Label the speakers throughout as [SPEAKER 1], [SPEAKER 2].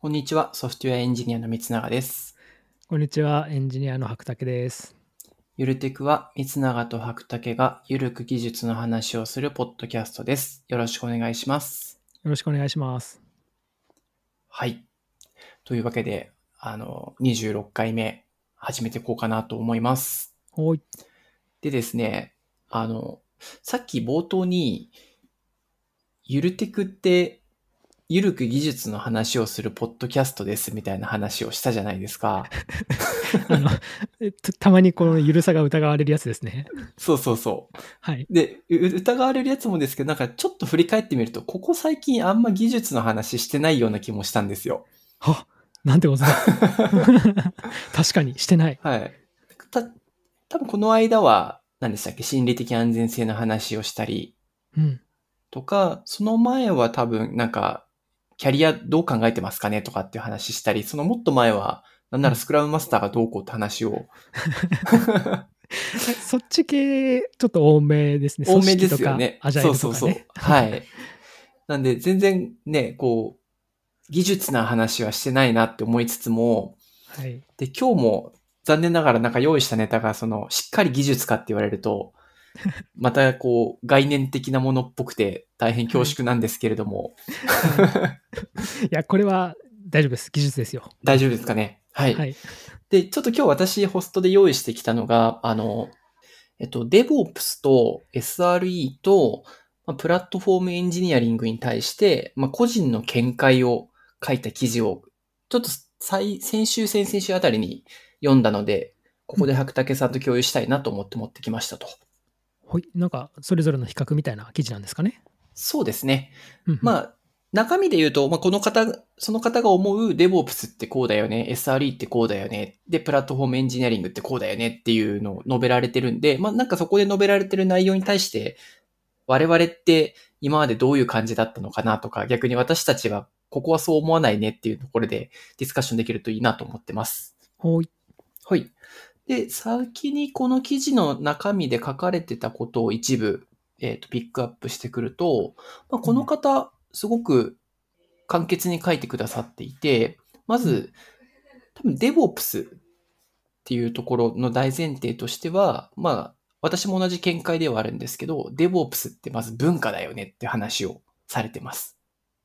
[SPEAKER 1] こんにちは、ソフトウェアエンジニアの三永です。
[SPEAKER 2] こんにちは、エンジニアの白竹です。
[SPEAKER 1] ゆるテクは三永と白竹がゆるく技術の話をするポッドキャストです。よろしくお願いします。
[SPEAKER 2] よろしくお願いします。
[SPEAKER 1] はい。というわけで、あの、26回目、始めていこうかなと思います。
[SPEAKER 2] ほい。
[SPEAKER 1] でですね、あの、さっき冒頭に、ゆるテクって、ゆるく技術の話をするポッドキャストですみたいな話をしたじゃないですか。
[SPEAKER 2] あの、 えたたまにこのゆるさが疑われるやつですね。
[SPEAKER 1] そうそうそう。
[SPEAKER 2] はい。
[SPEAKER 1] で、う疑われるやつもですけど、なんかちょっと振り返ってみると、ここ最近あんま技術の話してないような気もしたんですよ。
[SPEAKER 2] はなんてことだ。 確かに、してない。
[SPEAKER 1] はい。た、多分この間は、何でしたっけ、心理的安全性の話をしたり
[SPEAKER 2] うん。
[SPEAKER 1] とか、その前は多分なんか、キャリアどう考えてますかねとかっていう話したり、そのもっと前は、なんならスクラムマスターがどうこうって話を、
[SPEAKER 2] えそっち系、ちょっと多めですね。
[SPEAKER 1] 多めですよ
[SPEAKER 2] 組織
[SPEAKER 1] ね
[SPEAKER 2] と。かアジャイ
[SPEAKER 1] そう
[SPEAKER 2] ルとか、
[SPEAKER 1] そ
[SPEAKER 2] ね。
[SPEAKER 1] うそう。はい。なんで、全然ね、こう、技術な話はしてないなって思いつつも、
[SPEAKER 2] はい。
[SPEAKER 1] で、今日も残念ながらなんか用意したネタが、その、しっかり技術かって言われると、またこう、概念的なものっぽくて大変恐縮なんですけれども、
[SPEAKER 2] いや、これは大丈夫です。技術ですよ。
[SPEAKER 1] 大丈夫ですかね。はい。
[SPEAKER 2] はい。
[SPEAKER 1] で、ちょっと今日私ホストで用意してきたのが、あの、えっと、DevOps と SRE と、まあ、プラットフォームエンジニアリングに対して、まあ、個人の見解を書いた記事を、ちょっと最先週、先々週あたりに読んだので、ここで白竹さんと共有したいなと思って持ってきましたと。
[SPEAKER 2] ほい。なんか、それぞれの比較みたいな記事なんですかね。
[SPEAKER 1] そうですね。
[SPEAKER 2] うんうん
[SPEAKER 1] まあ、中身で言うと、まあ、この方、その方が思う DevOps ってこうだよね、SRE ってこうだよね、で、プラットフォームエンジニアリングってこうだよねっていうのを述べられてるんで、まあ、なんかそこで述べられてる内容に対して、我々って今までどういう感じだったのかなとか、逆に私たちはここはそう思わないねっていうところでディスカッションできるといいなと思ってます。
[SPEAKER 2] ほい。
[SPEAKER 1] はい。で、先にこの記事の中身で書かれてたことを一部、えっ、と、ピックアップしてくると、まあ、この方、すごく簡潔に書いてくださっていて、まず、多分 DevOps っていうところの大前提としては、まあ、私も同じ見解ではあるんですけど、DevOps ってまず文化だよねって話をされてます。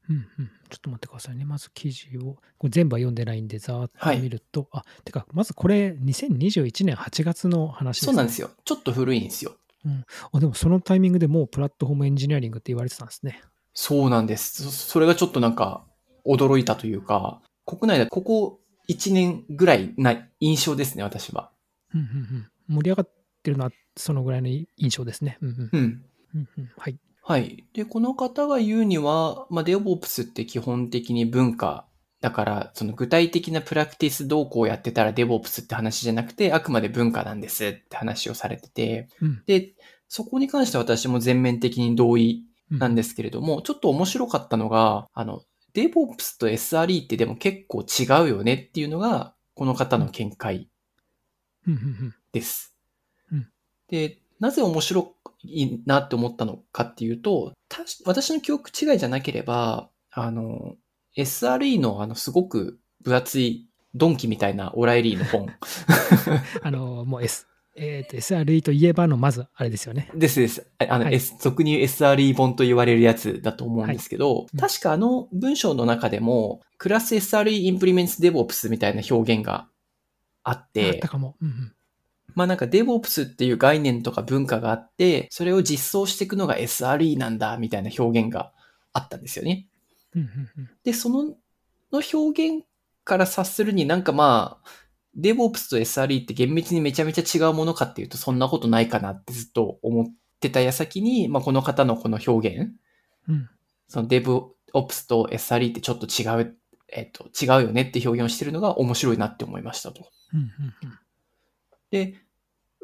[SPEAKER 2] うんうん、ちょっと待ってくださいね。まず記事を、これ全部は読んでないんで、ざーっ
[SPEAKER 1] はい
[SPEAKER 2] と見ると、あ、てか、まずこれ、2021年8月の話です、
[SPEAKER 1] そうなんですよ。ちょっと古いんですよ。
[SPEAKER 2] あ、でもそのタイミングでもうプラットフォームエンジニアリングって言われてたんですね。
[SPEAKER 1] そうなんです。そそれがちょっとなんか驚いたというか、国内でここ1年ぐらいな印象ですね、私は。
[SPEAKER 2] うんうんうん、盛り上がってるのは、そのぐらいの印象ですね。うんうん
[SPEAKER 1] うん。
[SPEAKER 2] うんうん、はい。
[SPEAKER 1] はい。で、この方が言うには、まあ、デオボプスって基本的に文化。だから、その具体的なプラクティスどうこうやってたらデボプスって話じゃなくて、あくまで文化なんですって話をされてて、
[SPEAKER 2] うん
[SPEAKER 1] で、そこに関しては私も全面的に同意
[SPEAKER 2] うん
[SPEAKER 1] なんですけれども、ちょっと面白かったのが、あの、DevOps と SRE ってでも結構違うよねっていうのが、この方の見解
[SPEAKER 2] うんうんうん
[SPEAKER 1] です。
[SPEAKER 2] うん
[SPEAKER 1] で、なぜ面白いなって思ったのかっていうと、たし私の記憶違いじゃなければ、あの、SRE のあの、すごく分厚いドンキみたいなオライリーの本
[SPEAKER 2] あの、もう S、えーと、SRE といえばの、まず、あれですよね。
[SPEAKER 1] ですです。ああの、
[SPEAKER 2] はい
[SPEAKER 1] S、俗に言う SRE 本と言われるやつだと思うんですけど、
[SPEAKER 2] うん
[SPEAKER 1] 確かあの文章の中でも、クラス SRE インプリメンツ DevOps みたいな表現があっ
[SPEAKER 2] あってた、かも。うんうん
[SPEAKER 1] まあなんか DevOps っていう概念とか文化があって、それを実装していくのが SRE なんだ、みたいな表現があったんですよね。
[SPEAKER 2] うんうんうん
[SPEAKER 1] で、その、の表現から察するになんかまあ、DevOps と SRE って厳密にめちゃめちゃ違うものかっていうとそんなことないかなってずっと思ってた矢先に、まあこの方のこの表現、
[SPEAKER 2] うん
[SPEAKER 1] その DevOps と SRE ってちょっと違う、えっと、違うよねって表現をしてるのが面白いなって思いましたと。
[SPEAKER 2] うんうんうん
[SPEAKER 1] で、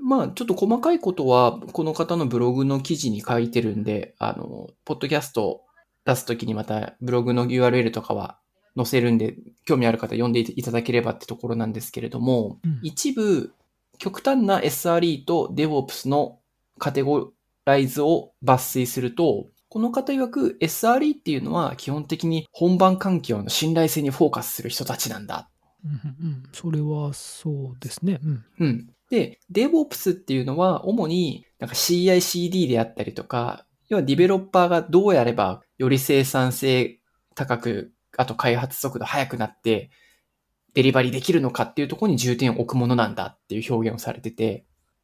[SPEAKER 1] まあちょっと細かいことはこの方のブログの記事に書いてるんで、あの、ポッドキャスト出すときにまたブログの URL とかは載せるんで、興味ある方読んでいただければってところなんですけれども、
[SPEAKER 2] うん
[SPEAKER 1] 一部極端な SRE と DevOps のカテゴライズを抜粋すると、この方曰く SRE っていうのは基本的に本番環境の信頼性にフォーカスする人たちなんだ。
[SPEAKER 2] うんうんうん、それはそうですね。うん。
[SPEAKER 1] うん。で、DevOps っていうのは主になんか CICD であったりとか、要はディベロッパーがどうやればより生産性高く、あと開発速度速くなってデリバリーできるのかっていうところに重点を置くものなんだっていう表現をされてて、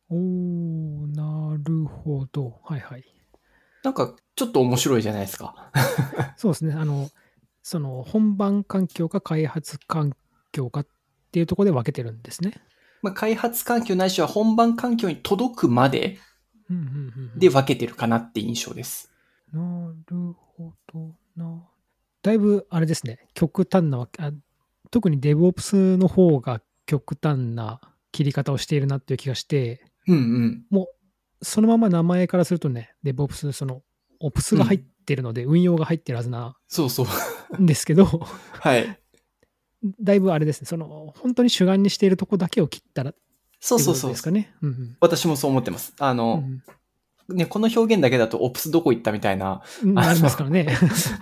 [SPEAKER 2] おー、なるほど。はいはい。
[SPEAKER 1] なんかちょっと面白いじゃないですか。
[SPEAKER 2] そうですね。あの、その本番環境か開発環境かっていうところで分けてるんですね。
[SPEAKER 1] まあ、開発環境ないしは本番環境に届くまで
[SPEAKER 2] うんうんうんうん、
[SPEAKER 1] で分けてるかなって印象です。
[SPEAKER 2] なるほどな。だいぶあれですね、極端なわけ、あ特に DevOps の方が極端な切り方をしているなっていう気がして、
[SPEAKER 1] うんうん。
[SPEAKER 2] そのまま名前からするとね、DevOps、その、Ops が入ってるので、運用が入ってるはずな
[SPEAKER 1] そうそう。
[SPEAKER 2] んですけど、
[SPEAKER 1] はい。
[SPEAKER 2] だいぶあれですね、その、本当に主眼にしているとこだけを切ったらって
[SPEAKER 1] そう
[SPEAKER 2] いう
[SPEAKER 1] そ
[SPEAKER 2] こ
[SPEAKER 1] う
[SPEAKER 2] と
[SPEAKER 1] そう
[SPEAKER 2] です。かね。うんうん
[SPEAKER 1] 私もそう思ってます。あ
[SPEAKER 2] う
[SPEAKER 1] の、
[SPEAKER 2] ん
[SPEAKER 1] ね、この表現だけだとオプスどこ行ったみたいな
[SPEAKER 2] うん、ありますか らね。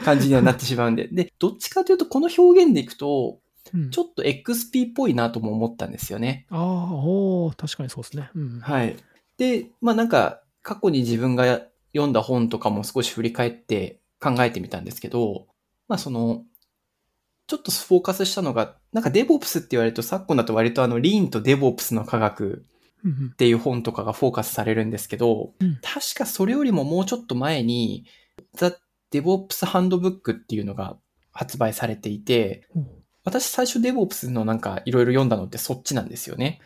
[SPEAKER 1] 感じにはなってしまうんで。で、どっちかというとこの表現でいくと、
[SPEAKER 2] うん
[SPEAKER 1] ちょっと XP っぽいなとも思ったんですよね。
[SPEAKER 2] ああ、おー確かにそうですね。うん、
[SPEAKER 1] はい。で、まあなんか、過去に自分が読んだ本とかも少し振り返って考えてみたんですけど、まあその、ちょっとフォーカスしたのが、なんか DevOps って言われると昨今だと割とあの Lean と DevOps の科学
[SPEAKER 2] うんうん
[SPEAKER 1] っていう本とかがフォーカスされるんですけど、
[SPEAKER 2] うん
[SPEAKER 1] 確かそれよりももうちょっと前に、The DevOps Handbook っていうのが発売されていて、
[SPEAKER 2] おー
[SPEAKER 1] 私最初 DevOps のなんかいろいろ読んだのってそっちなんですよね。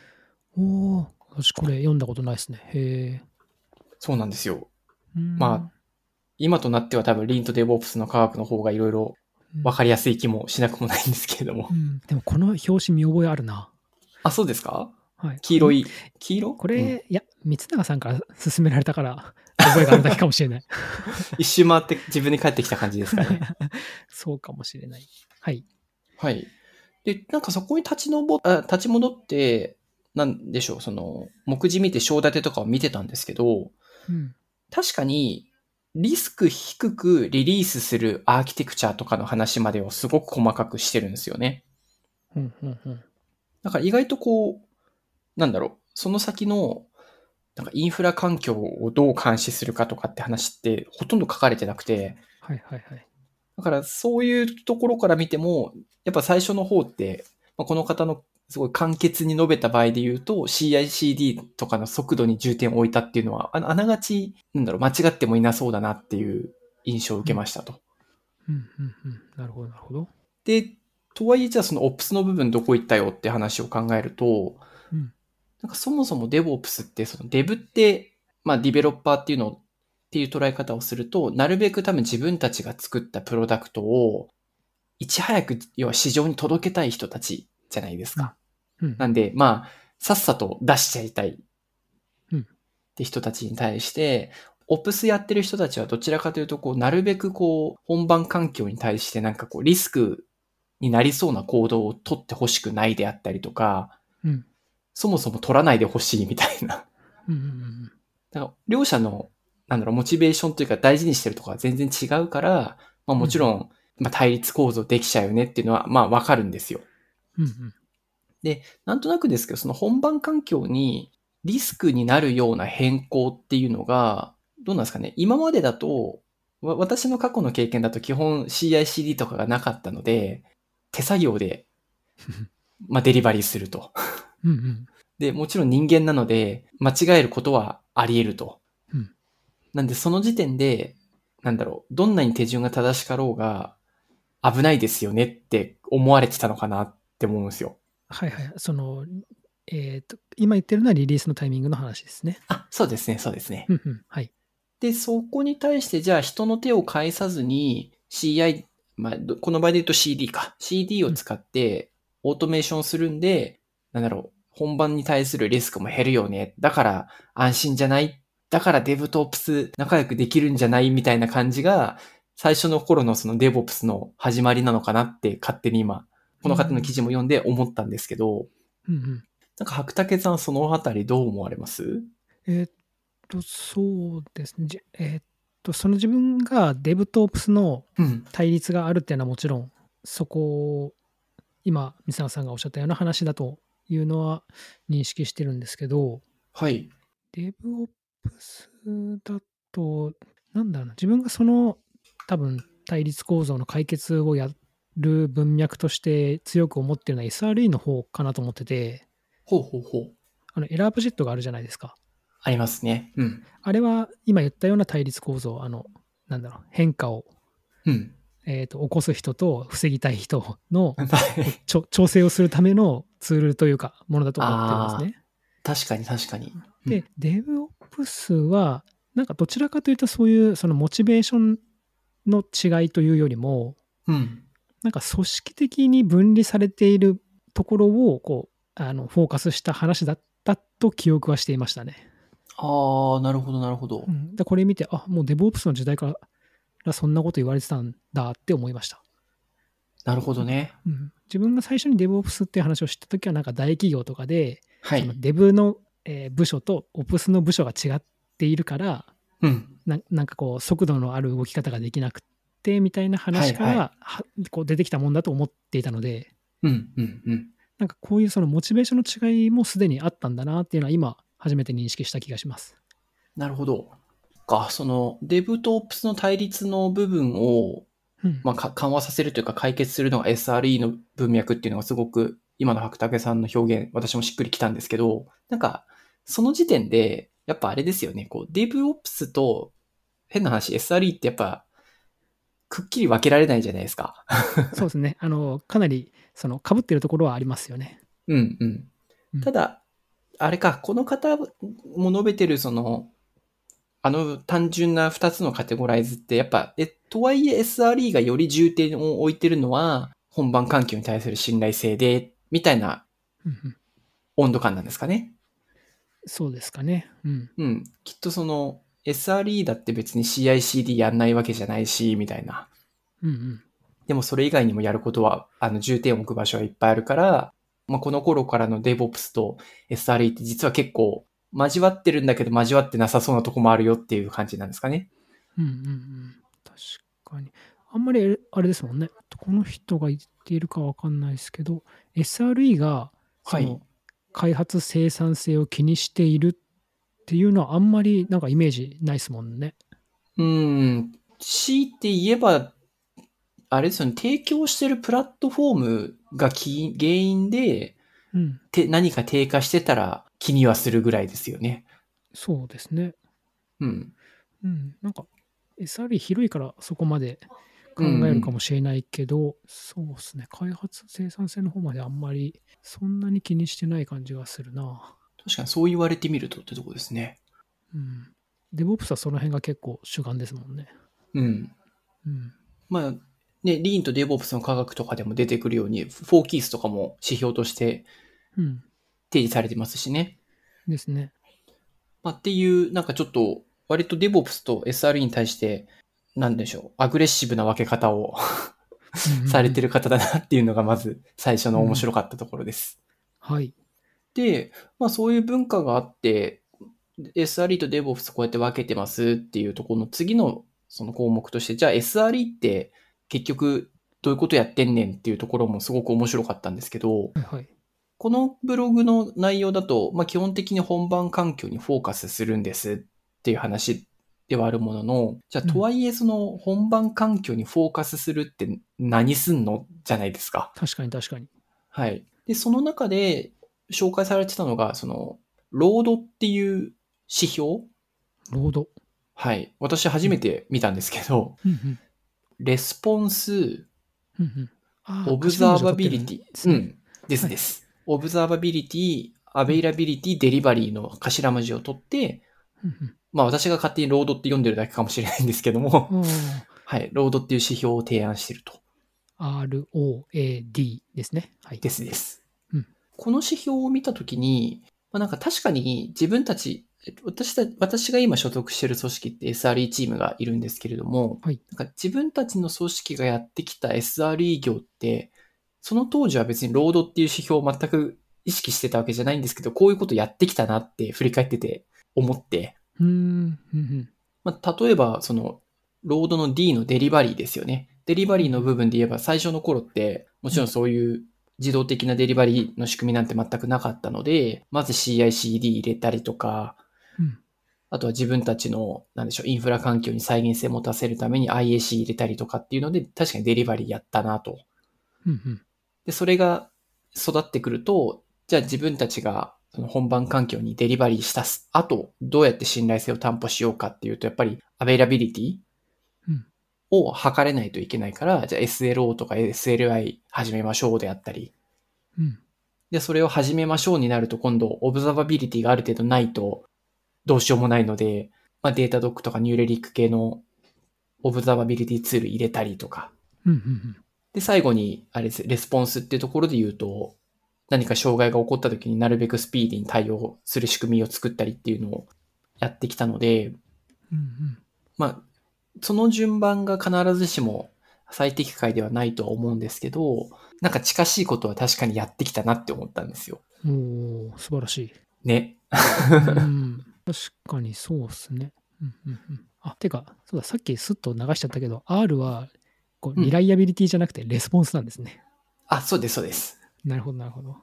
[SPEAKER 2] おお、私これ読んだことないですね。へえ。
[SPEAKER 1] そうなんですよ。
[SPEAKER 2] ま
[SPEAKER 1] ま今となっては多分 Lean と DevOps の科学の方がいろいろ分か
[SPEAKER 2] り、
[SPEAKER 1] りやすい気もしなくもないんですけれども
[SPEAKER 2] う。んでもこの表紙見覚えあるな。
[SPEAKER 1] あ、そうですか
[SPEAKER 2] はい、
[SPEAKER 1] 黄色
[SPEAKER 2] い。
[SPEAKER 1] い。黄色
[SPEAKER 2] こ
[SPEAKER 1] うん
[SPEAKER 2] れ、いや、三永さんから勧められたから、覚えがあるだけかも しれない。
[SPEAKER 1] 一周回って自分に帰ってきた感じですかね。
[SPEAKER 2] そうかもしれない。はい。
[SPEAKER 1] はい。で、なんかそこに立ち上あ立ち戻って、なんでしょう、その、目次見て章立てとかを見てたんですけど、
[SPEAKER 2] うん。
[SPEAKER 1] 確かに、リスク低くリリースするアーキテクチャとかの話までをすごく細かくしてるんですよね。
[SPEAKER 2] うんうんうん
[SPEAKER 1] だから意外とこう、なんだろう、その先の、なんかインフラ環境をどう監視するかとかって話ってほとんど書かれてなくて、
[SPEAKER 2] はいはいはい。
[SPEAKER 1] だからそういうところから見ても、やっぱ最初の方って、まあ、この方のすごい簡潔に述べた場合で言うと CICD とかの速度に重点を置いたっていうのは、ああながち、なんだろう、間違ってもいなそうだなっていう印象を受けましたと。
[SPEAKER 2] うんうんうん。なるほどなるほど。
[SPEAKER 1] で、とはいえじゃあその Ops の部分どこ行ったよって話を考えると、
[SPEAKER 2] うん
[SPEAKER 1] なんかそもそも DevOps って、その Dev って、まあディベロッパーっていうのを、っていう捉え方をすると、なるべく多分自分たちが作ったプロダクトを、いち早く、要は市場に届けたい人たちじゃないですか。
[SPEAKER 2] うん
[SPEAKER 1] なんで、まあ、さっさと出しちゃいたい。
[SPEAKER 2] うん
[SPEAKER 1] って人たちに対して、オプスやってる人たちはどちらかというと、こう、なるべくこう、本番環境に対してなんかこう、リスクになりそうな行動を取ってほしくないであったりとか、
[SPEAKER 2] うん
[SPEAKER 1] そもそも取らないでほしいみたいな。
[SPEAKER 2] うんうんうん
[SPEAKER 1] だから両者の、なんだろう、モチベーションというか大事にしてるとこは全然違うから、まあもちろん、まあ対立構造できちゃうよねっていうのは、まあわかるんですよ。
[SPEAKER 2] うんうん
[SPEAKER 1] なんとなくですけど、その本番環境にリスクになるような変更っていうのが、どうなんですかね。今までだと、わ私の過去の経験だと基本 CICD とかがなかったので、手作業 で、まあデリバリーすると。
[SPEAKER 2] うんうん
[SPEAKER 1] で、もちろん人間なので、間違えることはあり得ると。
[SPEAKER 2] うん
[SPEAKER 1] なんで、その時点で、なんだろう、どんなに手順が正しかろうが、危ないですよねって思われてたのかなって思うんですよ。
[SPEAKER 2] はいはい。その、えっと、今言ってるのはリリースのタイミングの話ですね。
[SPEAKER 1] あ、そうですね、そうですね。
[SPEAKER 2] うんうん。はい。
[SPEAKER 1] で、そこに対して、じゃあ人の手を介さずに CI、まあ、どこの場合で言うと CD か。CD を使ってオートメーションするんで、なんだろう、本番に対するリスクも減るよね。だから安心じゃない。だから DevTops 仲良くできるんじゃないみたいな感じが、最初の頃のその DevOps の始まりなのかなって勝手に今、この方の記事も読んで思ったんですけど、
[SPEAKER 2] うんうん。
[SPEAKER 1] なんか白竹さんそのあたりどう思われます
[SPEAKER 2] えーっと、そうですね。じえーっと、その自分がデブとオプスの
[SPEAKER 1] うん。
[SPEAKER 2] 対立があるっていうのはもちろんそこを今三沢さんがおっしゃったような話だというのは認識してるんですけど
[SPEAKER 1] はい。
[SPEAKER 2] デブオプスだとなんだろうな自分がその多分対立構造の解決をやる文脈として強く思ってるのは SRE の方かなと思ってて
[SPEAKER 1] ほうほうほう。
[SPEAKER 2] あのエラープジェットがあるじゃないですか
[SPEAKER 1] ありますね。うん。
[SPEAKER 2] あれは今言ったような対立構造あのなんだろう変化を、
[SPEAKER 1] うん。
[SPEAKER 2] えーと起こす人と防ぎたい人の
[SPEAKER 1] はい
[SPEAKER 2] ちょ調整をするためのツールというか、ものだと思ってるんですね。
[SPEAKER 1] 確かに確かに。ー
[SPEAKER 2] で、DevOps は、なんかどちらかというと、そういうそのモチベーションの違いというよりも、
[SPEAKER 1] うん。
[SPEAKER 2] なんか組織的に分離されているところをこうあのフォーカスした話だったと記憶はしていましたね。
[SPEAKER 1] ああ、なるほどなるほど
[SPEAKER 2] う。ん、でこれ見て、あもう DevOps の時代からそんなこと言われてたんだって思いました。
[SPEAKER 1] なるほどね。
[SPEAKER 2] うん、自分が最初に DevOps っていう話を知ったときは、なんか大企業とかで、
[SPEAKER 1] は
[SPEAKER 2] その
[SPEAKER 1] い。
[SPEAKER 2] デブの、えー部署とオプスの部署が違っているから
[SPEAKER 1] うん。
[SPEAKER 2] ななんかこう速度のある動き方ができなくてみたいな話から
[SPEAKER 1] はい
[SPEAKER 2] はこう出てきたもんだと思っていたので
[SPEAKER 1] うんうんうん。
[SPEAKER 2] なんかこういうそのモチベーションの違いもすでにあったんだなっていうのは今初めて認識した気がします。
[SPEAKER 1] なるほど。か、その、デブとオプスの対立の部分を、
[SPEAKER 2] うん
[SPEAKER 1] まあ、か緩和させるというか解決するのが SRE の文脈っていうのがすごく、今の白竹さんの表現、私もしっくりきたんですけど、なんか、その時点で、やっぱあれですよね、こう、デブオプスと、変な話、SRE ってやっぱ、くっきり分けられないじゃないですか。
[SPEAKER 2] そうですねあのかなりその被ってるところはありますよね。
[SPEAKER 1] うんうん
[SPEAKER 2] うん
[SPEAKER 1] ただ、あれか、この方も述べてる、その、あの単純な2つのカテゴライズって、やっぱ、え、とはいえ SRE がより重点を置いてるのは、本番環境に対する信頼性で、みたいな
[SPEAKER 2] うんうん
[SPEAKER 1] 温度感なんですかね。
[SPEAKER 2] そうですかね。うん
[SPEAKER 1] うん。きっとその、SRE だって別に CICD やんないわけじゃないし、みたいな。
[SPEAKER 2] うんうん
[SPEAKER 1] でもそれ以外にもやることは、あの、重点を置く場所はいっぱいあるから、まあ、この頃からの DevOps と SRE って実は結構交わってるんだけど交わってなさそうなとこもあるよっていう感じなんですかね。
[SPEAKER 2] うんうんうん、確かに。あんまりあれですもんね。この人が言っているかわかんないですけど、SRE が
[SPEAKER 1] は
[SPEAKER 2] そ
[SPEAKER 1] い
[SPEAKER 2] の。開発生産性を気にしているっていうのはあんまりなんかイメージないですもんね。
[SPEAKER 1] うん。強いて言えば、あれですよね、提供してるプラットフォームがき原因で、
[SPEAKER 2] うん、
[SPEAKER 1] て何か低下してたら気にはするぐらいですよね。
[SPEAKER 2] そうですね。
[SPEAKER 1] うん。
[SPEAKER 2] うん、なんか SRE 広いからそこまで考えるかもしれないけど、そうですね。開発生産性の方まであんまりそんなに気にしてない感じがするな。
[SPEAKER 1] 確かにそう言われてみるとってとこですね。
[SPEAKER 2] うん。DevOps はその辺が結構主眼ですもんね。
[SPEAKER 1] うん。
[SPEAKER 2] うん。
[SPEAKER 1] まあ、ね、リーンとデボプスの科学とかでも出てくるように、フォーキースとかも指標として
[SPEAKER 2] うん。
[SPEAKER 1] 提示されてますしね。
[SPEAKER 2] ですね。
[SPEAKER 1] まあ、っていう、なんかちょっと、割とデボプスと SRE に対して、なんでしょう、アグレッシブな分け方を
[SPEAKER 2] うんうん
[SPEAKER 1] されてる方だなっていうのが、まず最初の面白かったところです。
[SPEAKER 2] はい。
[SPEAKER 1] で、まあそういう文化があって、SRE とデボプスこうやって分けてますっていうところの次のその項目として、じゃあ SRE って結局どういうことやってんねんっていうところもすごく面白かったんですけど、
[SPEAKER 2] はいはい。
[SPEAKER 1] このブログの内容だと、まあ、基本的に本番環境にフォーカスするんですっていう話ではあるものの、じゃ
[SPEAKER 2] うん
[SPEAKER 1] あとはいえその本番環境にフォーカスするって何すんのじゃないですか。
[SPEAKER 2] 確かに確かに。
[SPEAKER 1] はい。で、その中で紹介されてたのが、その、ロードっていう指標
[SPEAKER 2] ロード。
[SPEAKER 1] はい。私初めて見たんですけど、
[SPEAKER 2] うんうん
[SPEAKER 1] レスポンス、
[SPEAKER 2] うんうんあー
[SPEAKER 1] オブザーバビリテ
[SPEAKER 2] 頭文字が取ってるんです
[SPEAKER 1] ィ。う
[SPEAKER 2] ね
[SPEAKER 1] ん。です
[SPEAKER 2] はい
[SPEAKER 1] です。オブザーバビリティ、アベイラビリティ、デリバリーの頭文字を取って、
[SPEAKER 2] うん
[SPEAKER 1] まあ私が勝手にロードって読んでるだけかもしれないんですけども、
[SPEAKER 2] うん
[SPEAKER 1] はい。ロードっていう指標を提案してると。
[SPEAKER 2] あー ROAD ですね。はい。
[SPEAKER 1] ですです。
[SPEAKER 2] うん
[SPEAKER 1] この指標を見たときに、まあ、なんか確かに自分たち、えっと私た私が今所属している組織って SRE チームがいるんですけれども、
[SPEAKER 2] はい
[SPEAKER 1] なんか自分たちの組織がやってきた SRE 業って、その当時は別にロードっていう指標を全く意識してたわけじゃないんですけど、こういうことやってきたなって振り返ってて思って、
[SPEAKER 2] うーん。うんうん
[SPEAKER 1] ままあ、例えば、その、ロードの D のデリバリーですよね。デリバリーの部分で言えば、最初の頃って、もちろんそういう自動的なデリバリーの仕組みなんて全くなかったので、まず CICD 入れたりとか、
[SPEAKER 2] うん
[SPEAKER 1] あとは自分たちの、なんでしょう、インフラ環境に再現性を持たせるために IAC 入れたりとかっていうので、確かにデリバリーやったなと。
[SPEAKER 2] うんうん
[SPEAKER 1] で、それが育ってくると、じゃあ自分たちがその本番環境にデリバリーしたす後、どうやって信頼性を担保しようかっていうと、やっぱりアベイラビリティ
[SPEAKER 2] うん
[SPEAKER 1] を測れないといけないから、じゃあ SLO とか SLI 始めましょうであったり、
[SPEAKER 2] うん
[SPEAKER 1] で、それを始めましょうになると、今度、オブザバビリティがある程度ないと、どうしようもないので、まあ、データドックとかニューレリック系のオブザバビリティツール入れたりとか。
[SPEAKER 2] うんうん
[SPEAKER 1] で、最後に、あれです、レスポンスっていうところで言うと、何か障害が起こった時になるべくスピーディーに対応する仕組みを作ったりっていうのをやってきたので、
[SPEAKER 2] うんうん
[SPEAKER 1] まあ、その順番が必ずしも最適解ではないとは思うんですけど、なんか近しいことは確かにやってきたなって思ったんですよ。
[SPEAKER 2] おお素晴らしい。
[SPEAKER 1] ね。
[SPEAKER 2] うん、確かにそうっすね。うんうんうん、あてかそうださっきスッと流しちゃったけど R はこ
[SPEAKER 1] う
[SPEAKER 2] うんリライアビリティじゃなくてレスポンスなんですね。
[SPEAKER 1] あ、そうです、そうです。
[SPEAKER 2] なるほどなるほど。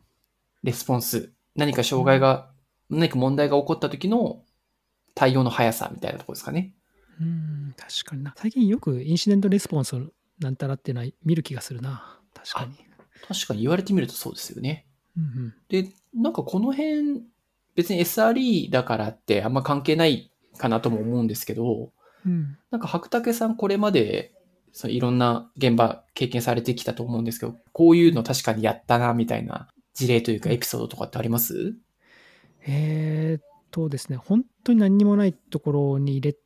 [SPEAKER 1] レスポンス。何か障害が、何か問題が起こった時の対応の速さみたいなところですかね。
[SPEAKER 2] うん確かにな。最近よくインシデントレスポンスなんたらっていうのは見る気がするな。確かに。
[SPEAKER 1] 確かに言われてみるとそうですよね。
[SPEAKER 2] うんうん
[SPEAKER 1] で、なんかこの辺、別に SRE だからってあんま関係ないかなとも思うんですけど、
[SPEAKER 2] うん
[SPEAKER 1] なんか白竹さんこれまで、そのいろんな現場経験されてきたと思うんですけど、こういうの確かにやったな、みたいな事例というかエピソードとかってあります
[SPEAKER 2] えーっとですね、本当に何にもないところに入れ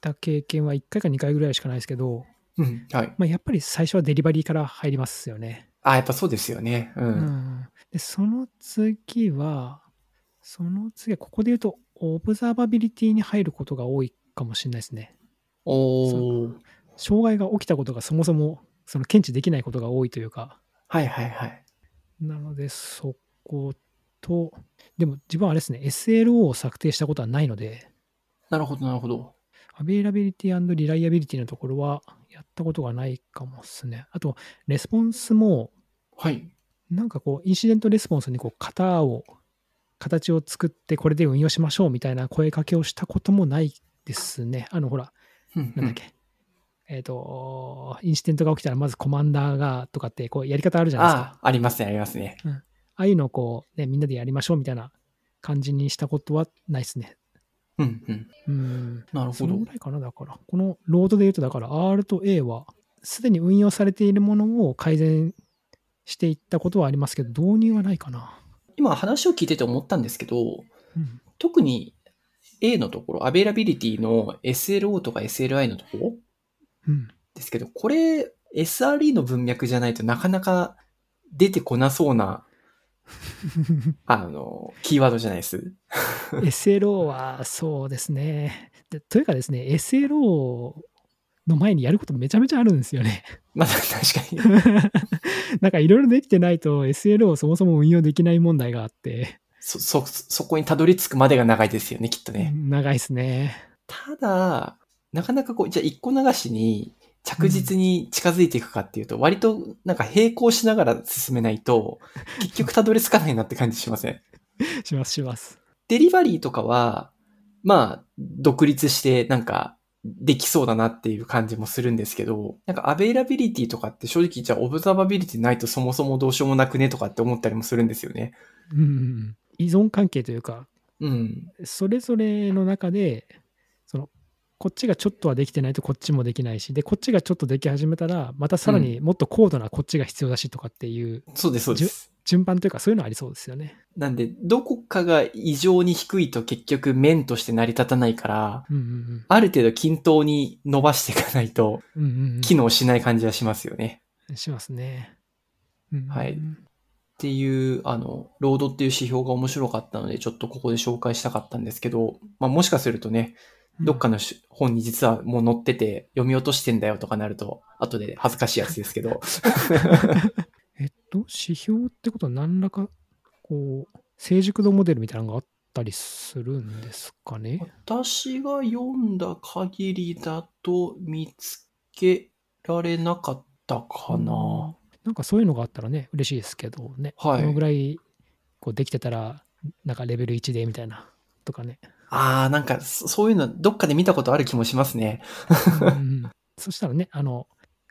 [SPEAKER 2] た経験は1回か2回ぐらいしかないですけど、
[SPEAKER 1] うん。はい。
[SPEAKER 2] まあ、やっぱり最初はデリバリーから入りますよね。
[SPEAKER 1] あ、やっぱそうですよね。う。
[SPEAKER 2] うんん、でその次は、その次はここで言うと、オブザーバビリティに入ることが多いかもしれないですね。
[SPEAKER 1] おー。
[SPEAKER 2] 障害が起きたことがそもそもその検知できないことが多いというか、
[SPEAKER 1] はいはいはい。
[SPEAKER 2] なのでそこと、でも自分はあれですね、SLO を策定したことはないので、
[SPEAKER 1] なるほどなるほど。
[SPEAKER 2] アベイラビリティリライアビリティのところはやったことがないかもですね。あと、レスポンスも、
[SPEAKER 1] はい。
[SPEAKER 2] なんかこう、インシデントレスポンスにこう、型を、形を作って、これで運用しましょうみたいな声かけをしたこともないですね。あの、ほら、
[SPEAKER 1] うん
[SPEAKER 2] なんだっけ。えっ、と、インシデントが起きたら、まずコマンダーがとかって、こう、やり方あるじゃないですか。
[SPEAKER 1] ああ、ありますね、ありますね。
[SPEAKER 2] ああいうのをこう、ね、みんなでやりましょうみたいな感じにしたことはないですね。
[SPEAKER 1] うんうん。
[SPEAKER 2] うん。
[SPEAKER 1] なる
[SPEAKER 2] そ
[SPEAKER 1] ほ
[SPEAKER 2] の
[SPEAKER 1] ど
[SPEAKER 2] ぐ。らいかな、だから。このロードで言うと、だから R と A は、すでに運用されているものを改善していったことはありますけど、導入はないかな。
[SPEAKER 1] 今話を聞いてて思ったんですけど、
[SPEAKER 2] うん。
[SPEAKER 1] 特に A のところ、アベイラビリティの SLO とか SLI のところ
[SPEAKER 2] うん。
[SPEAKER 1] ですけど、これ SRE の文脈じゃないとなかなか出てこなそうな、あの、キーワードじゃないです。
[SPEAKER 2] SLO は、そうですね。でというかですね、SLO の前にやることめちゃめちゃあるんですよね。
[SPEAKER 1] まあ確かに。
[SPEAKER 2] なんかいろいろできてないと SLO をそもそも運用できない問題があって、
[SPEAKER 1] そ、そ、そこにたどり着くまでが長いですよね、きっとね。
[SPEAKER 2] 長いですね。
[SPEAKER 1] ただ、なかなかこう、じゃあ一個流しに着実に近づいていくかっていうと、割となんか並行しながら進めないと、結局たどり着かないなって感じしません。
[SPEAKER 2] しますします。
[SPEAKER 1] デリバリーとかは、まあ、独立してなんか、できそうだなっていう感じもするんですけど、なんかアベイラビリティとかって正直じゃあオブザーバビリティないとそもそもどうしようもなくねとかって思ったりもするんですよね。
[SPEAKER 2] うんうんうん。依存関係というか、
[SPEAKER 1] うん。
[SPEAKER 2] それぞれの中でそのこっちがちょっとはできてないとこっちもできないしでこっちがちょっとでき始めたらまたさらにもっと高度なこっちが必要だしとかっていう
[SPEAKER 1] そうです、そうです。
[SPEAKER 2] 順番というかそういうのありそうですよね。
[SPEAKER 1] なんで、どこかが異常に低いと結局面として成り立たないから、
[SPEAKER 2] うんうん
[SPEAKER 1] ある程度均等に伸ばしていかないと
[SPEAKER 2] うん。うんうん
[SPEAKER 1] 機能しない感じはしますよね。
[SPEAKER 2] うん、しますね。うんうん
[SPEAKER 1] はいっていう、あの、ロードっていう指標が面白かったので、ちょっとここで紹介したかったんですけど、まあもしかするとね、どっか
[SPEAKER 2] の、
[SPEAKER 1] のし本に実はもう載ってて読み落としてんだよとかなると、後で恥ずかしいやつですけど、
[SPEAKER 2] えっと指標ってことは何らかこう成熟度モデルみたいなのがあっったりするんですかね。
[SPEAKER 1] 私が読んだ限りだと見つけられなかったかな。
[SPEAKER 2] なんかそういうのがあったらね、嬉しいですけどね。
[SPEAKER 1] はい
[SPEAKER 2] このぐらいこうできてたら、なんかレベル1でみたいな、とかね。
[SPEAKER 1] ああ、なんかそそういうのどっかで見たことある気もしますね。
[SPEAKER 2] うんそしたらね、あの、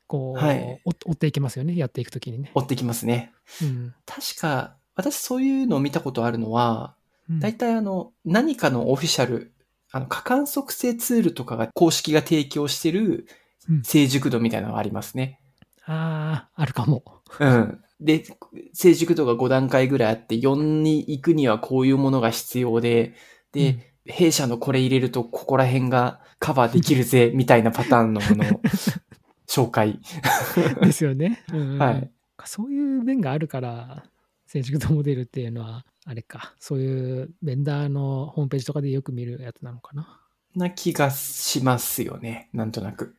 [SPEAKER 2] こう、
[SPEAKER 1] はい
[SPEAKER 2] 追っ追っていけますよね、やっていくときにね。
[SPEAKER 1] 追ってきますね。
[SPEAKER 2] うん
[SPEAKER 1] 確か、私そういうのを見たことあるのは、
[SPEAKER 2] うん
[SPEAKER 1] 大体あの、何かのオフィシャル、あの、過観測性ツールとかが、公式が提供してる
[SPEAKER 2] うん
[SPEAKER 1] 成熟度みたいなのがありますね。
[SPEAKER 2] ああ、あるかも。
[SPEAKER 1] うん。で、成熟度が5段階ぐらいあって、4に行くにはこういうものが必要で、で、
[SPEAKER 2] うん
[SPEAKER 1] 弊社のこれ入れるとここら辺がカバーできるぜ、みたいなパターンのものを紹介。
[SPEAKER 2] ですよね。うん
[SPEAKER 1] はい。
[SPEAKER 2] そういう面があるから、成熟度モデルっていうのは、あれか、そういうベンダーのホームページとかでよく見るやつなのかな。
[SPEAKER 1] な気がしますよね。なんとなく。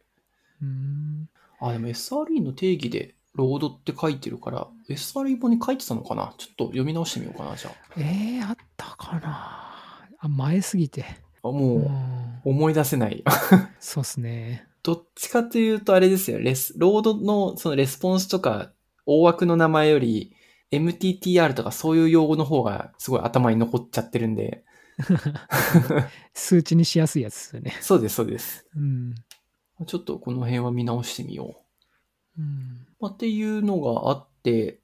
[SPEAKER 2] うん。
[SPEAKER 1] あ、でも SRE の定義で、ロードって書いてるから、SRE 本に書いてたのかなちょっと読み直してみようかな、じゃあ。
[SPEAKER 2] ええあったかな。あ、前すぎて。
[SPEAKER 1] あ
[SPEAKER 2] う
[SPEAKER 1] も
[SPEAKER 2] ん
[SPEAKER 1] う、思い出せない。
[SPEAKER 2] そうっすね。
[SPEAKER 1] どっちかというと、あれですよ、レス、ロードの、そのレスポンスとか、大枠の名前より、MTTR とかそういう用語の方がすごい頭に残っちゃってるんで。
[SPEAKER 2] 数値にしやすいやつですよね。
[SPEAKER 1] そうです、そうです。
[SPEAKER 2] うん。
[SPEAKER 1] ちょっとこの辺は見直してみよう。
[SPEAKER 2] うん。
[SPEAKER 1] まあ、っていうのがあって、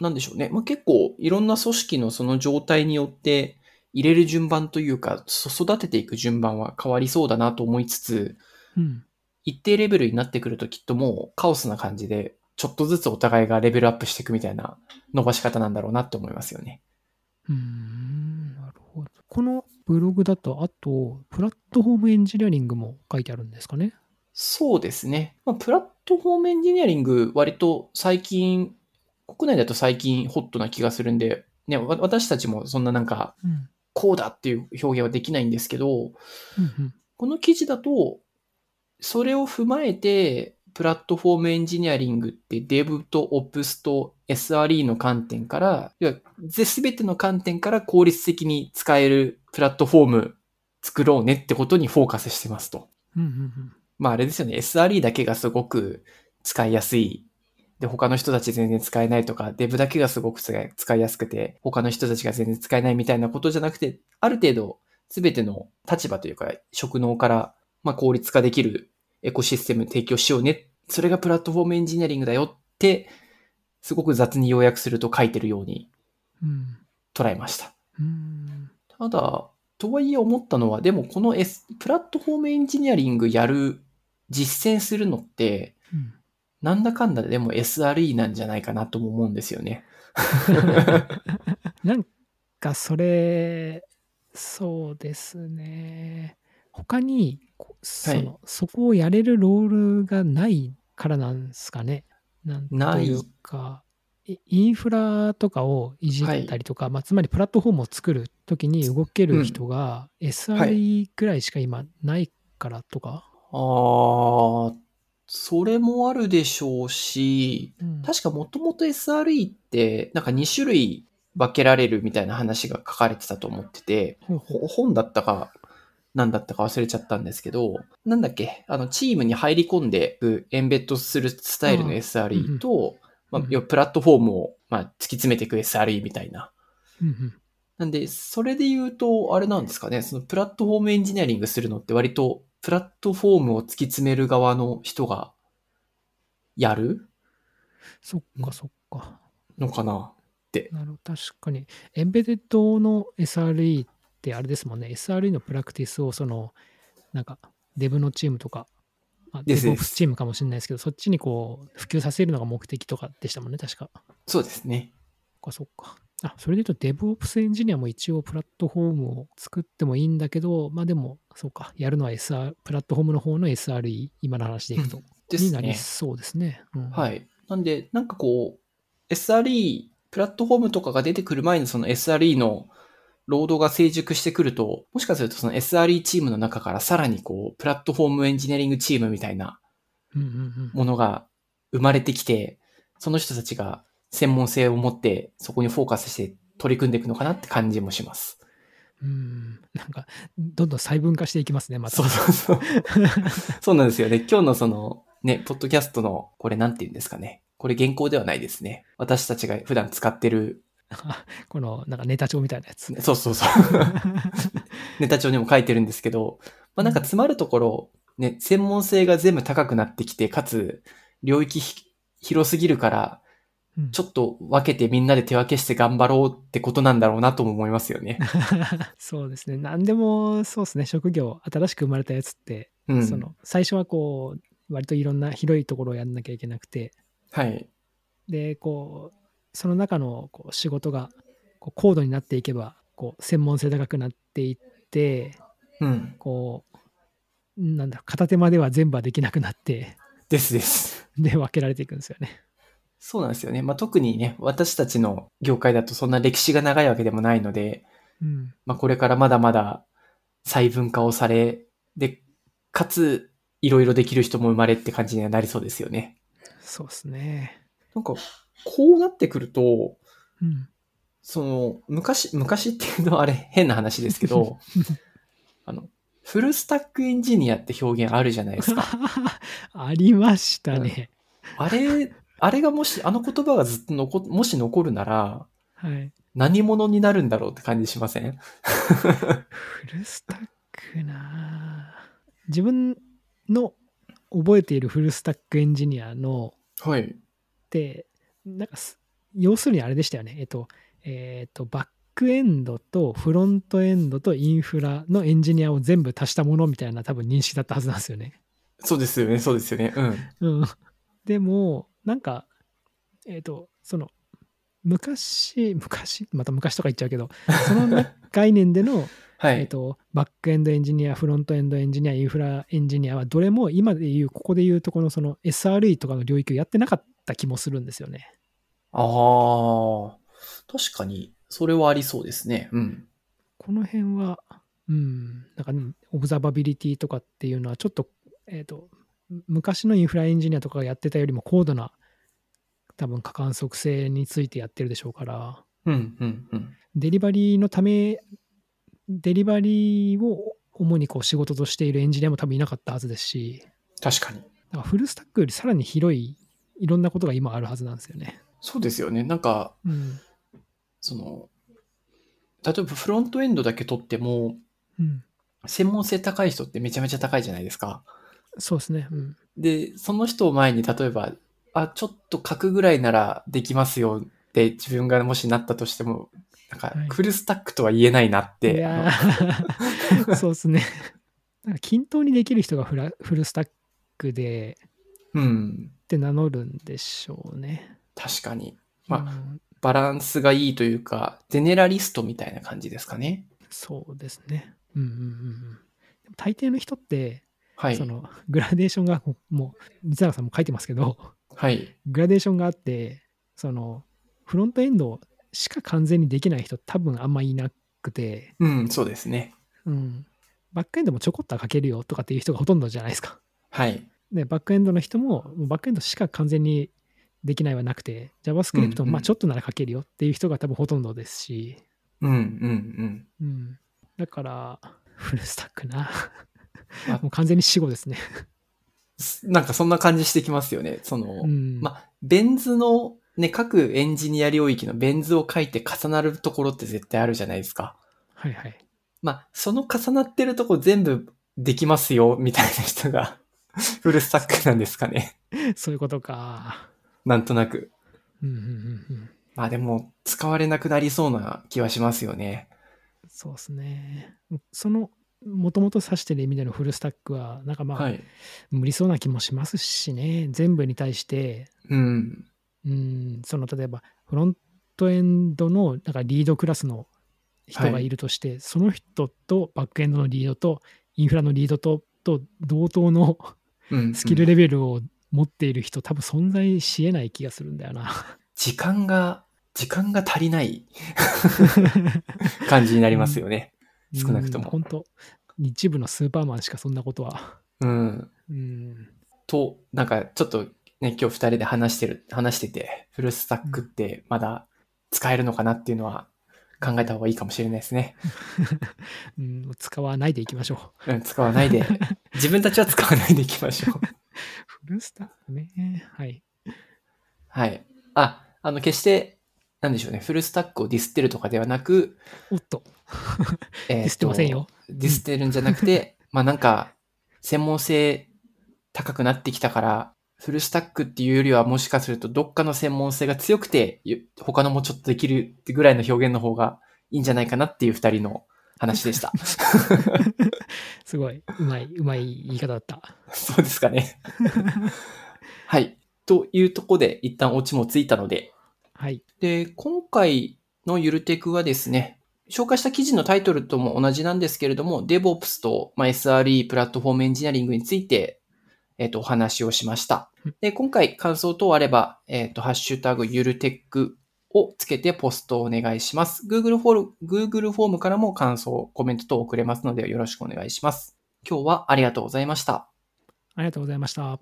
[SPEAKER 1] なんでしょうね。まあ、結構いろんな組織のその状態によって入れる順番というか、そ育てていく順番は変わりそうだなと思いつつ、
[SPEAKER 2] うん。
[SPEAKER 1] 一定レベルになってくるときっともうカオスな感じで、ちょっとずつお互いがレベルアップしていくみたいな伸ばし方なんだろうなって思いますよね。
[SPEAKER 2] うーんなるほど。このブログだと、あと、プラットフォームエンジニアリングも書いてあるんですかね。
[SPEAKER 1] そうですね。まあ、プラットフォームエンジニアリング、割と最近、国内だと最近ホットな気がするんで、ね、わ私たちもそんななんか
[SPEAKER 2] うん。
[SPEAKER 1] こうだっていう表現はできないんですけど、
[SPEAKER 2] うん
[SPEAKER 1] この記事だと、それを踏まえて、プラットフォームエンジニアリングってデブとオプスと SRE の観点から、いやすべての観点から効率的に使えるプラットフォーム作ろうねってことにフォーカスしてますと。
[SPEAKER 2] うん。うんうん
[SPEAKER 1] まああれですよね、SRE だけがすごく使いやすい。で、他の人たち全然使えないとか、デブだけがすごく使い使いやすくて、他の人たちが全然使えないみたいなことじゃなくて、ある程度、すべての立場というか、職能から、まあ、効率化できるエコシステム提供しようね。それがプラットフォームエンジニアリングだよって、すごく雑に要約すると書いてるように
[SPEAKER 2] うん。うん
[SPEAKER 1] 捉えました。
[SPEAKER 2] うん。
[SPEAKER 1] ただ、とはいえ思ったのは、でもこの、S、プラットフォームエンジニアリングやる、実践するのって、
[SPEAKER 2] うん
[SPEAKER 1] なんだかんだでも SRE なんじゃないかなとも思うんですよね。
[SPEAKER 2] なんか、それ、そうですね。他に、こその、そこをやれるロールがないからなんですかね。なんと
[SPEAKER 1] ない
[SPEAKER 2] いうか、イインフラとかをいじったりとか、まあ、つまりプラットフォームを作るときに動ける人が SRE ぐらいしか今ないからとか。
[SPEAKER 1] あー、それもあるでしょうし、
[SPEAKER 2] うん
[SPEAKER 1] 確かもともと SRE ってなんか2種類分けられるみたいな話が書かれてたと思ってて、
[SPEAKER 2] ほうほう
[SPEAKER 1] ほ本だったか、何だったか忘れちゃったんですけど、なんだっけ、あの、チームに入り込んでいく、エンベッドするスタイルの
[SPEAKER 2] あー
[SPEAKER 1] SRE と、まあ
[SPEAKER 2] うん、
[SPEAKER 1] 要はプラットフォームを、まあ、突き詰めていく SRE みたいな。
[SPEAKER 2] うんうん
[SPEAKER 1] なんで、それで言うと、あれなんですかね、そのプラットフォームエンジニアリングするのって割と、プラットフォームを突き詰める側の人が、やる
[SPEAKER 2] そっかそっか。
[SPEAKER 1] のかな
[SPEAKER 2] なるほど確かに。エンベデッドの SRE ってあれですもんね。SRE のプラクティスをその、なんか、デブのチームとか、まあ、デ
[SPEAKER 1] です
[SPEAKER 2] ブオプスチームかもしれないですけど、そっちにこう、普及させるのが目的とかでしたもんね、確か。
[SPEAKER 1] そうですね。
[SPEAKER 2] そっか、そっか。あ、それで言うと、デブオプスエンジニアも一応プラットフォームを作ってもいいんだけど、まあでも、そうか、やるのは SR、プラットフォームの方の SRE、今の話でいくと、
[SPEAKER 1] で
[SPEAKER 2] に
[SPEAKER 1] す
[SPEAKER 2] なり
[SPEAKER 1] ね。
[SPEAKER 2] そうですね。うん
[SPEAKER 1] はい。なんで、なんかこう、SRE、プラットフォームとかが出てくる前にその SRE の労働が成熟してくると、もしかするとその SRE チームの中からさらにこう、プラットフォームエンジニアリングチームみたいな
[SPEAKER 2] うんうんうん
[SPEAKER 1] ものが生まれてきて、その人たちが専門性を持ってそこにフォーカスして取り組んでいくのかなって感じもします。
[SPEAKER 2] うん、なんか、どんどん細分化していきますね、また。
[SPEAKER 1] そうそうそう。そうなんですよね。今日のその、ね、ポッドキャストの、これなんて言うんですかね。これ原稿ではないですね。私たちが普段使ってる、
[SPEAKER 2] この、なんかネタ帳みたいなやつ。
[SPEAKER 1] そうそうそう。ネタ帳にも書いてるんですけど、まあなんか詰まるところ、ね、専門性が全部高くなってきて、かつ、領域ひ広すぎるから、
[SPEAKER 2] うん
[SPEAKER 1] ちょっと分けてみんなで手分けして頑張ろうってことなんだろうなとも思いますよ ね。
[SPEAKER 2] そうですね。何でも、そうですね。職業、新しく生まれたやつって、
[SPEAKER 1] うん。
[SPEAKER 2] その、最初はこう、割といろんな広いところをやんなきゃいけなくて、
[SPEAKER 1] はい。
[SPEAKER 2] で、こう、その中のこう仕事がこう高度になっていけば、こう、専門性高くなっていって、
[SPEAKER 1] うん。
[SPEAKER 2] こう、なんだろう、片手間では全部はできなくなって、
[SPEAKER 1] ですです。
[SPEAKER 2] で、分けられていくんですよね。
[SPEAKER 1] そうなんですよね。まあ、特にね、私たちの業界だとそんな歴史が長いわけでもないので、
[SPEAKER 2] うん。
[SPEAKER 1] まあ、これからまだまだ細分化をされ、で、かつ、いろいろできる人も生まれって感じにはなりそうですよね。
[SPEAKER 2] そうですね。
[SPEAKER 1] なんか、こうなってくると、
[SPEAKER 2] うん。
[SPEAKER 1] その、昔、昔っていうのはあれ変な話ですけ ど、あの、フルスタックエンジニアって表現あるじゃないです か。
[SPEAKER 2] ありましたね。
[SPEAKER 1] あれ、あれがもし、あの言葉がずっと残、もし残るなら、
[SPEAKER 2] はい。
[SPEAKER 1] 何者になるんだろうって感じしません
[SPEAKER 2] フルスタックなあ自分の覚えているフルスタックエンジニアの
[SPEAKER 1] はい。
[SPEAKER 2] って、なんかす、要するにあれでしたよね。えっと、えっと、バックエンドとフロントエンドとインフラのエンジニアを全部足したものみたいな多分認識だったはずなんですよね。
[SPEAKER 1] そうですよね、そうですよね。うん。
[SPEAKER 2] うん、でもなんかえっ、とその昔昔また昔とか言っちゃうけどそのな概念での、
[SPEAKER 1] はい。
[SPEAKER 2] えっとバックエンドエンジニアフロントエンドエンジニアインフラエンジニアはどれも今でいうここでいうとこのその SRE とかの領域をやってなかった気もするんですよね。
[SPEAKER 1] ああ、確かに、それはありそうですね。うん。
[SPEAKER 2] この辺はうんなんか、ね、オブザバビリティとかっていうのはちょっとえっ、と昔のインフラエンジニアとかがやってたよりも高度な多分可観測性についてやってるでしょうから。
[SPEAKER 1] うん、うん、うん。
[SPEAKER 2] デリバリーのため、デリバリーを主にこう仕事としているエンジニアも多分いなかったはずですし、
[SPEAKER 1] 確かに。
[SPEAKER 2] だからフルスタックよりさらに広い、いろんなことが今あるはずなんですよね。
[SPEAKER 1] そうですよね。なんか、
[SPEAKER 2] うん。
[SPEAKER 1] その、例えばフロントエンドだけ取っても、
[SPEAKER 2] うん。
[SPEAKER 1] 専門性高い人ってめちゃめちゃ高いじゃないですか。
[SPEAKER 2] そうですね。うん。
[SPEAKER 1] で、その人を前に、例えば、あ、ちょっと書くぐらいならできますよって自分がもしなったとしても、なんか
[SPEAKER 2] はい、
[SPEAKER 1] フルスタックとは言えないなっ
[SPEAKER 2] い
[SPEAKER 1] て、あ
[SPEAKER 2] や
[SPEAKER 1] の
[SPEAKER 2] ーそうですね。なんか均等にできる人がフラフルスタックで
[SPEAKER 1] うん、
[SPEAKER 2] って名乗るんでしょうね。
[SPEAKER 1] 確かに。まあ
[SPEAKER 2] うん
[SPEAKER 1] バランスがいいというか、ゼネラリストみたいな感じですかね。
[SPEAKER 2] そうですね。うんうんうんうん。でも大抵の人って、
[SPEAKER 1] はい
[SPEAKER 2] そ。のグラデーションがもうもう水永さんも書いてますけど
[SPEAKER 1] はい。
[SPEAKER 2] グラデーションがあってそのフロントエンドしか完全にできない人多分あんまいなくて、
[SPEAKER 1] うん、そうですね。
[SPEAKER 2] うん、バックエンドもちょこっとは書けるよとかっていう人がほとんどじゃないですか。
[SPEAKER 1] はい。
[SPEAKER 2] でバックエンドの人ももうバックエンドしか完全にできないはなくて
[SPEAKER 1] う
[SPEAKER 2] JavaScript も
[SPEAKER 1] んうん
[SPEAKER 2] まあちょっとなら書けるよっていう人が多分ほとんどですし、
[SPEAKER 1] うん、うん、
[SPEAKER 2] うん、だからフルスタックな
[SPEAKER 1] あ
[SPEAKER 2] もう完全に死後ですね。
[SPEAKER 1] うん。なんかそんな感じしてきますよね。その、
[SPEAKER 2] うん
[SPEAKER 1] まあ、ベン図の、ね、各エンジニア領域のベン図を書いて重なるところって絶対あるじゃないですか。
[SPEAKER 2] はいはい。
[SPEAKER 1] まあ、その重なってるとこ全部できますよ、みたいな人が、 フルスタックなんですかね。
[SPEAKER 2] そういうことか。
[SPEAKER 1] なんとなく。
[SPEAKER 2] うんうんうんうん。
[SPEAKER 1] まあでも、使われなくなりそうな気はしますよね。
[SPEAKER 2] そうですね。その、もともと指してる意味でのフルスタックは、なんかまあ、
[SPEAKER 1] はい。
[SPEAKER 2] 無理そうな気もしますしね、全部に対して、
[SPEAKER 1] うん。
[SPEAKER 2] うん、その例えば、フロントエンドの、なんかリードクラスの人が
[SPEAKER 1] はい
[SPEAKER 2] いるとして、その人とバックエンドのリードと、インフラのリードと、と同等の
[SPEAKER 1] うん、
[SPEAKER 2] スキル
[SPEAKER 1] うん
[SPEAKER 2] レベルを持っている人、多分存在しえない気がするんだよな。
[SPEAKER 1] 時間が、時間が足りない感じになりますよね。 少なくとも
[SPEAKER 2] 本当一部のスーパーマンしかそんなことは。
[SPEAKER 1] うん
[SPEAKER 2] うん。
[SPEAKER 1] と、なんかちょっとね、今日二人で話してる、話してて、フルスタックってまだ使えるのかなっていうのは考えた方がいいかもしれないですね。
[SPEAKER 2] うん、使わないでいきましょう。
[SPEAKER 1] うん、使わないで。 自分たちは使わないでいきましょう。
[SPEAKER 2] フルスタッフね。はい。
[SPEAKER 1] はい。あ、あの、決して、なんでしょうね、フルスタックをディスってるとかではなく、
[SPEAKER 2] おっと、
[SPEAKER 1] えーと
[SPEAKER 2] ディスってませんよ。
[SPEAKER 1] ディスってるんじゃなくて、まあなんか、専門性高くなってきたから、フルスタックっていうよりはもしかするとどっかの専門性が強くて、ゆ他のもちょっとできるってぐらいの表現の方がいいんじゃないかなっていう二人の話でした。
[SPEAKER 2] すごい、うまい、うまい言い方だった。
[SPEAKER 1] そうですかね。はい。というとこで一旦オチもついたので、
[SPEAKER 2] はい。
[SPEAKER 1] で、今回のゆるテクはですね、紹介した記事のタイトルとも同じなんですけれども、DevOps と、まあ、SRE プラットフォームエンジニアリングについて、えっ、と、お話をしました
[SPEAKER 2] うん。
[SPEAKER 1] で、今回感想等あれば、えっ、と、ハッシュタグゆるテクをつけてポストをお願いします。Google フォーム、Google フォームからも感想、コメント等を送れますのでよろしくお願いします。今日はありがとうございました。
[SPEAKER 2] ありがとうございました。